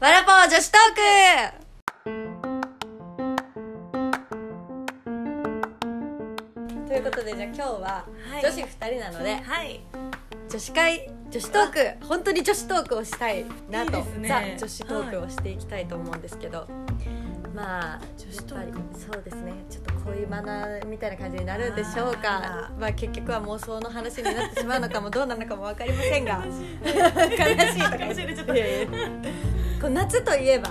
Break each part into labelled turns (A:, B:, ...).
A: わらぽー女子トークということでじゃあ今日は
B: はい
A: 女子2人なので、
B: はい
A: 女子会女子トーク本当に女子トークをしたいなと
B: いいですね
A: ザ女子トークをしていきたいと思うんですけど、まあ
B: 女
A: や
B: 子
A: っ
B: ト
A: ぱり
B: ーク
A: そうですねちょっとこういうマナーみたいな感じになるんでしょうか
B: あ
A: まあ結局は妄想の話になってしまうの かもどうなのかも分かりませんが悲しいとか言
B: 悲しいねちょっと
A: いやいや こう夏といえば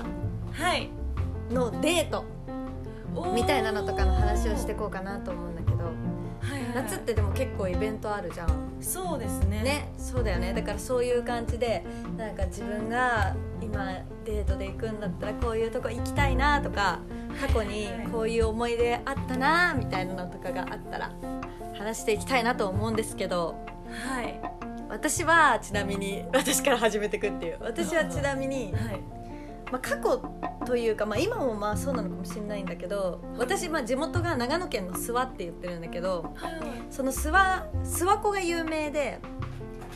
B: はい
A: のデートみたいなのとかの話をしていこうかなと思うんだけど
B: はいはいはい
A: 夏ってでも結構イベントあるじゃん。
B: そうですね
A: ね、そうだよねだからそういう感じでなんか自分が今デートで行くんだったらこういうとこ行きたいなとか過去にこういう思い出あったなみたいなのとかがあったら話していきたいなと思うんですけど
B: はい
A: 私はちなみに私から始めてくっていう私はちなみに、
B: はい
A: まあ、過去というか、まあ、今もまあそうなのかもしれないんだけど私まあ地元が長野県の諏訪って言ってるんだけど。
B: はい
A: その諏訪諏訪湖が有名で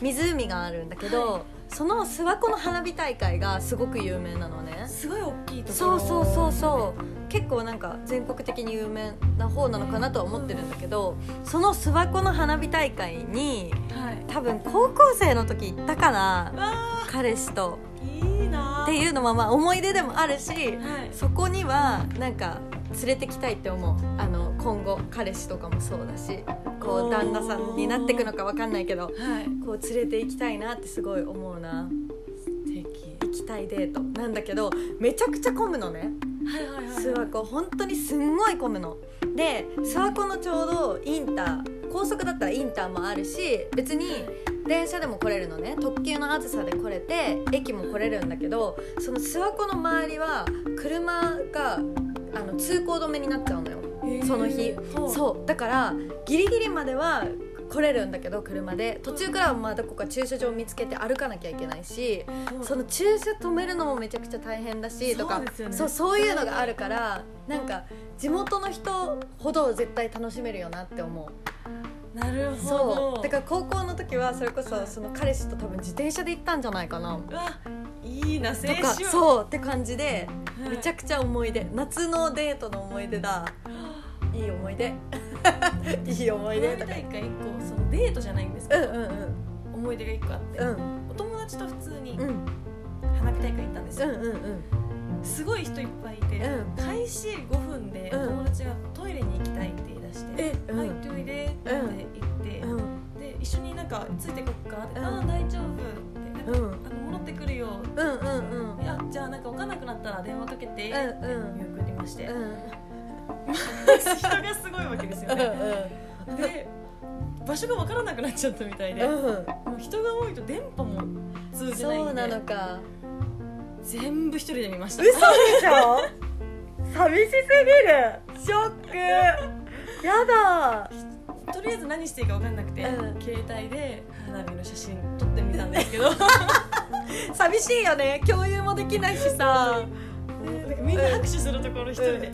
A: 湖があるんだけど、
B: はい
A: その諏訪湖の花火大会がすごく有名なのね
B: すごい大きいとこ
A: そう
B: ろ
A: そうそうそう結構なんか全国的に有名な方なのかなとは思ってるんだけどその諏訪湖の花火大会に
B: はい
A: 多分高校生の時行ったかな
B: わ
A: 彼氏と
B: ーいいな
A: って
B: う
A: いうのもまあ思い出でもあるし
B: はい
A: そこにはなんか連れてきたいって思うあの今後彼氏とかもそうだしこ
B: お
A: う
B: ー
A: 旦那さんになっていくのか分かんないけど
B: はい
A: こう連れて行きたいなってすごい思うな
B: 素敵
A: 行きたいデートなんだけどめちゃくちゃ混むのね
B: はいはいはい
A: 諏訪湖本当にすんごい混むので諏訪湖のちょうどインター高速だったらインターもあるし別に電車でも来れるのね特急のあずさで来れて駅も来れるんだけどその諏訪湖の周りは車があの通行止めになっちゃうのよ
B: へー
A: その日
B: はい
A: そうだからギリギリまでは来れるんだけど車で途中からはまあどこか駐車場を見つけて歩かなきゃいけないし
B: はい
A: その駐車止めるのもめちゃくちゃ大変だしとか
B: そうですよね
A: そうそういうのがあるからなんか地元の人ほど絶対楽しめるよなって思う
B: なるほど
A: そうだから高校の時はそれこそ
B: はい
A: その彼氏と多分自転車で行ったんじゃないかな
B: うわいいな青
A: と
B: 春
A: か
B: う
A: そうって感じでめちゃ
B: く
A: くちゃ思い出夏のデートの思い出だいい思い 出いい思い出
B: 花
A: と
B: 火
A: か
B: 大会一個そのデートじゃないんです
A: う
B: け
A: ん
B: ど
A: うん
B: 思い出が一個あって
A: うんうん
B: お友達と普通に
A: うん
B: 花火大会行ったんです
A: うん
B: よ
A: うんうん
B: すごい人いっぱいいて、
A: うん
B: 開始5分で
A: うん
B: 友達がトイレに行きたいって言い出して
A: え
B: 「
A: うん
B: はいトイレ」って言って、
A: うん
B: で一緒になんかついてこっかって「
A: うん
B: ああ大丈夫」ってな
A: う
B: んか、
A: ん
B: あの戻ってくるよ」
A: うんうんうん
B: いやじゃあなんか分かんなくなったら電話かけて」
A: うんうん
B: って見送りまして、
A: うん
B: 人がすごいわけですよねで場所が分からなくなっちゃったみたいで、
A: うん
B: もう人が多いと電波も通じない
A: そうんなの
B: で
A: か
B: 全部一人で見ました
A: 嘘でしょ寂しすぎるショックやだ
B: とりあえず何していいか分かんなくて、
A: うん
B: 携帯で花火の写真撮ってみたんですけど
A: 寂しいよね共有もできないしさ
B: みんな拍手するところ一人で、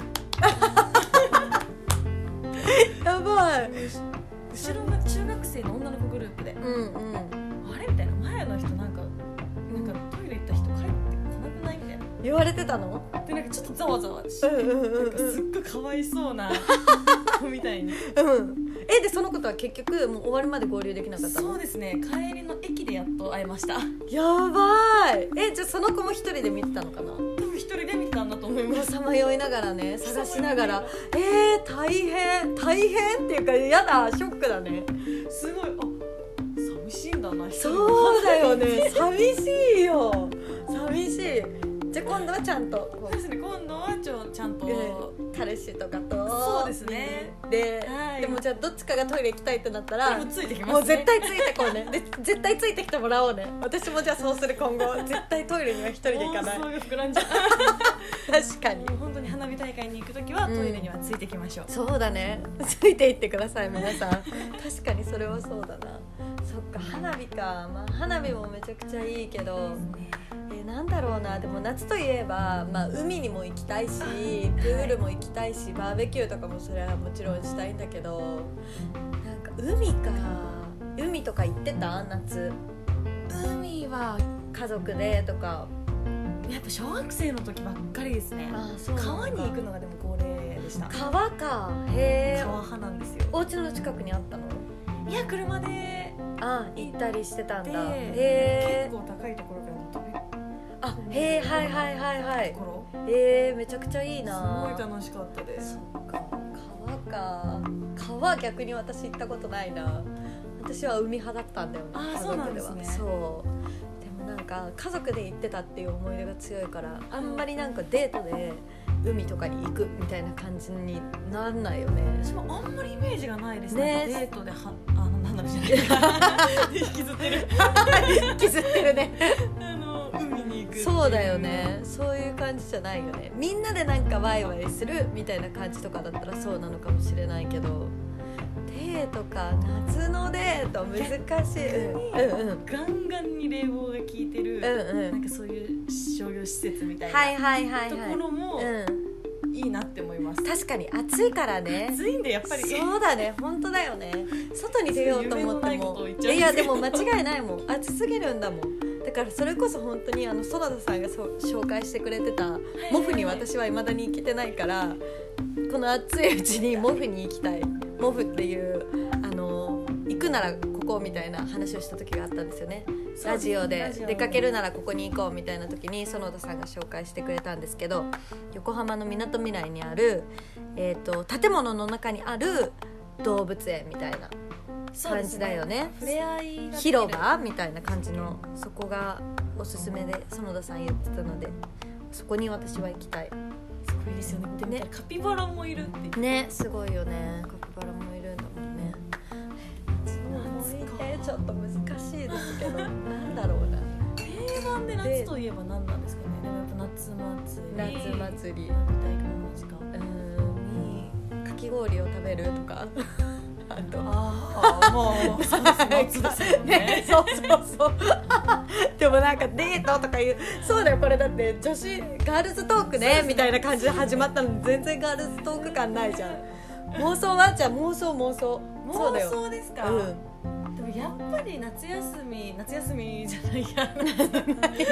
A: やばい
B: 後ろが中学生の女の子グループで
A: う、んうん
B: あれみたいな前の人なんかなんかトイレ行った人帰ってこなくないみたいな
A: 言われてたの
B: でなんかちょっとざわざわし
A: う
B: て、
A: んうんうん
B: なんかすっごいかわいそう なみたいに
A: うんえでそのことは結局もう終わるまで合流できなかったの
B: そうですね帰りの駅でやっと会えました
A: やばいえじゃあその子も一人で見てたのかな
B: 多分一人で見たんだと思いま
A: もう
B: す
A: さまよいながらね探しながらえー、大変大変っていうかやだショックだね
B: すごいあ寂しいんだな一人
A: そうだよね 寂しいよ寂しいじゃあ今度はちゃんとこ
B: そう
A: う
B: ですね今度はちょちゃんと、
A: うん彼氏とかと
B: そうですね
A: で、
B: はい
A: でもじゃあどっちかがトイレ行きたいってなった
B: あ
A: ら
B: もうついてきますね
A: もう絶対ついてこうねで絶対ついてきてもらおうね私もじゃあそうする今後絶対トイレには一人で行かない
B: 妄想が膨らんじゃう
A: 確かに
B: もう 本当に花火大会に行く時は
A: う
B: ト
A: ん
B: イレにはついてきましょう、
A: そうだねついていってください皆さん確かにそれはそうだなそっか花火か、まあ、花火もめちゃくちゃいいけどえなんだろうなでも夏といえば、まあ、海にも行きたいしプールも行きたいしバーベキューとかもそれはもちろんしたいんだけどなんか海か海とか行ってた夏
B: 海は
A: 家族でとか
B: やっぱ小学生の時ばっかりですね
A: あそう
B: 川に行くのがでも恒例でした
A: 川かへえ
B: 川派なんですよ
A: お家の近くにあったの
B: いや車で
A: あ行ったりしてたんだ
B: で
A: へえ
B: 結構高いところから飛び込む
A: あへえはいはいはいはい
B: ところ
A: へえめちゃくちゃいいな
B: すごい楽しかったです
A: そっか川か川逆に私行ったことないな私は海派だったんだよね
B: あー
A: 家
B: そうな
A: 族
B: ん
A: で
B: で
A: すは
B: ね
A: そうでもなんか家族で行ってたっていう思い出が強いからあんまりなんかデートで海とかに行くみたいな感じになんないよね
B: 私もあんまりイメージがないです
A: ね
B: ねデートではあのなんだろうじゃない 引きずってる
A: 削ってるね
B: あの海に行くってい
A: そうだよねそういう感じじゃないよねみんなでなんかワイワイするみたいな感じとかだったらそうなのかもしれないけどデートか夏のデート難しいうんうんうん
B: ガンガンに冷房が効いて
A: う
B: る、
A: んう
B: なん
A: ん
B: かそういう商業施設みたいな、
A: はいはいはい
B: と
A: は
B: こ
A: い、
B: ろも
A: うん、
B: いいなって思います、
A: 確かに暑いからね
B: 暑いんでやっぱり
A: そうだね本当だよね外に出ようと思って
B: 夢のないことを
A: も
B: 言っ
A: い
B: ちゃ
A: や
B: う
A: いやでも間違いないもん暑すぎるんだもんだからそれこそ本当にあの園田さんがそ紹介してくれてたモフに私はいまだに行けてないからこの暑いうちにモフに行きたいモフっていうあの行くならここみたいな話をした時があったんですよね
B: そう
A: ラジオで
B: ラジオ
A: 出かけるならここに行こうみたいな時に園田さんが紹介してくれたんですけど横浜のみなとみらいにある、えー、と建物の中にある動物園みたいな
B: そう
A: 感
B: です
A: じだよね
B: 触れ合いができる
A: 広場みたいな感じのそこがおすすめで園田さん言ってたのでそこに私は行きたい
B: すごいですよねで
A: ね
B: カピバラもいるって言って
A: ねすごいよねカピバラもいるんだもんねちょっと難しいですけどなんだろうな
B: 定番で夏といえば何なんですかねでもやっぱ夏祭り
A: 夏祭り
B: り大根の時間
A: うーんかき氷を食べるとかあと
B: ああもう そうです夏ですもん
A: ね
B: ね、
A: そうそうそうでもなんかデートとかいうそうだよこれだって女子ガールズトークねみたいな感じで始まったのに全然ガールズトーク感ないじゃん妄想はじゃあ妄想妄想そうだ
B: 妄
A: よ
B: 想ですか、
A: うん
B: でもやっぱり夏休み夏休みじゃないや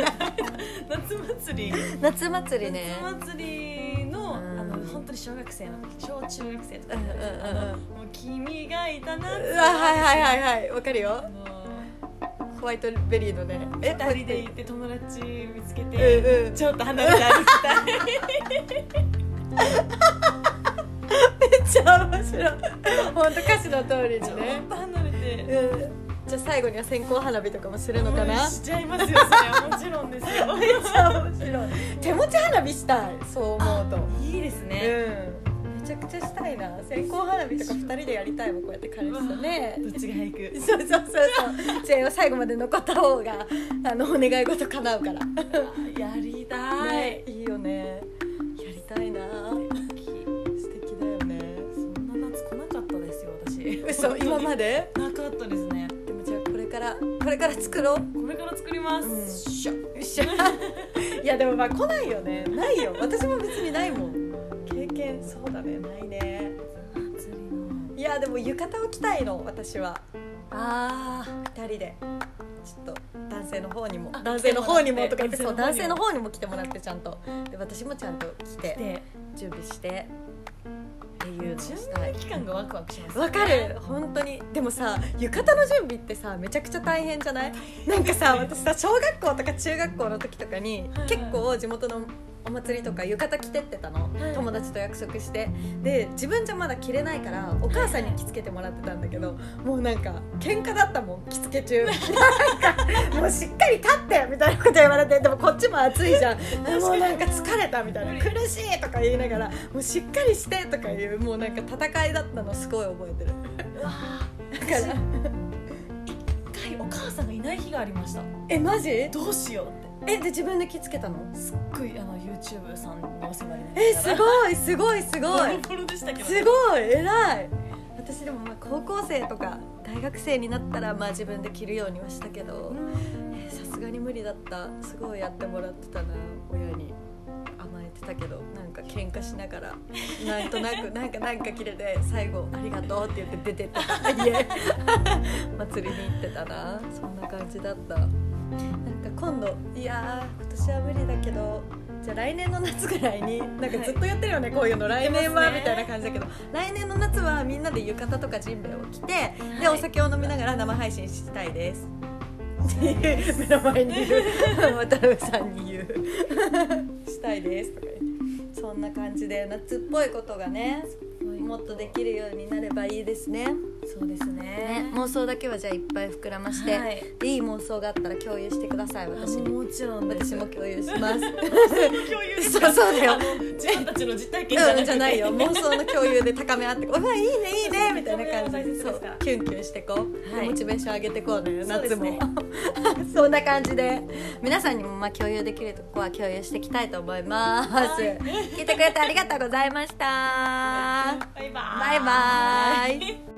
B: 夏 祭り
A: 夏祭りね
B: 夏祭りの,、
A: うん
B: あの本当に小学生の時小中学生とか、
A: うんうんうんうん
B: もう君がいたなって
A: うわはいはいはいはいわかるよ
B: あの
A: ホワイトベリーのねえ
B: 二人で行って友達見つけて、
A: うんうん
B: ちょっと離れて歩 きたい
A: めっちゃ面白い本当歌詞の通り
B: ちょ
A: に
B: っ
A: ね
B: と離れて、
A: うんじゃあ最後には線香花火とかもするのかな
B: しちゃいますよそれはもちろ んですよ
A: めっちゃ面白い手持ち花火したいそう思うと
B: いいですね、
A: うんめちゃくちゃしたいな線香花火とか二人でやりたいもんこうやって彼氏とね
B: どっちが早く
A: そうそうそうそうじゃあ最後まで残った方があのお願い事叶う から
B: やりたい、
A: ねいいよねやりたいな素敵だよね
B: そんな夏来なかったですよ私
A: 嘘今ま
B: で
A: で
B: なかったですね
A: でもじゃあこれからこれから作ろう
B: これから作ります、
A: うん
B: しょ
A: よっしゃ いやでもまあ来ないよねないよ私も別にないもん経験そうだねないね
B: 祭りの
A: いやでも浴衣を着たいの私は
B: あ
A: 二人でちょっと男性の方にも
B: あ
A: 男性の方にもとか言って
B: 来て
A: そ
B: も
A: う
B: らって
A: 男性の方にも来てもらってちゃんとで私もちゃんと来
B: あ
A: て
B: で
A: 準備してっていうのを
B: 準
A: した
B: 備
A: い
B: 期間がワクワクします
A: わかる本当にでもさ浴衣の準備ってさめちゃくちゃ大変じゃないなんかさ私さ小学校とか中学校の時とかに
B: はいはい
A: 結構地元のお祭りとか浴衣着てってたの、
B: はい
A: 友達と約束してで自分じゃまだ着れないからお母さんに着付けてもらってたんだけどもうなんか喧嘩だったもん着付け中 なんかもうしっかり立ってみたいなこと言われてでもこっちも暑いじゃんもうなんか疲れたみたいな苦しいとか言いながらもうしっかりしてとかいうもうなんか戦いだったのすごい覚えてる
B: うわ
A: だから
B: 一回お母さんがいない日がありました
A: えマジえ
B: どうしようって
A: で自分で着付けたの
B: すっごいあの YouTube さんにお世話になりながら
A: えすごいすごいすごい
B: ボロボロでしたけど
A: すごい偉い私でもまあ高校生とか大学生になったらまあ自分で着るようにはしたけどえさすがに無理だったすごいやってもらってたな親に甘えてたけどなんか喧嘩しなが らなんとなくなんかなんか着れて最後「ありがとう」って言って出てった 家祭りに行ってたなそんな感じだったなんか今度いやー今年は無理だけどじゃあ来年の夏ぐらいになんかずっとやってるよね、こういうの来年は、
B: やってますね
A: みたいな感じだけど来年の夏はみんなで浴衣とかジンベエを着て、で
B: はい
A: お酒を飲みながら生配信したいですっていう目の前にいる渡辺さんに言うしたいですとか言ってそんな感じで夏っぽいことがねもっとできるようになればいいですね
B: そうですね
A: ね妄想だけはじゃあいっぱい膨らまして、、
B: はいい
A: い妄想があったら共有してください私に
B: もちろんです
A: 私も共有します
B: 共有です
A: そう
B: か
A: そうだよ
B: あの自分たちの実体験じゃな
A: う
B: く
A: ん
B: て
A: じゃないよ 妄想の共有で高め合 ってこううわいいねいいねみたいな感じで
B: そ
A: そう
B: です
A: う
B: ね
A: キュンキュンしてこう、
B: はい
A: モチベーション上げてこうね
B: そうで
A: 夏
B: す
A: も、
B: ね
A: そんな感じで皆さんにもまあ共有できるとこは共有していきたいと思います、
B: い
A: 聞いてくれてありがとうございました
B: バイバ
A: バ
B: ーイ
A: イバーイ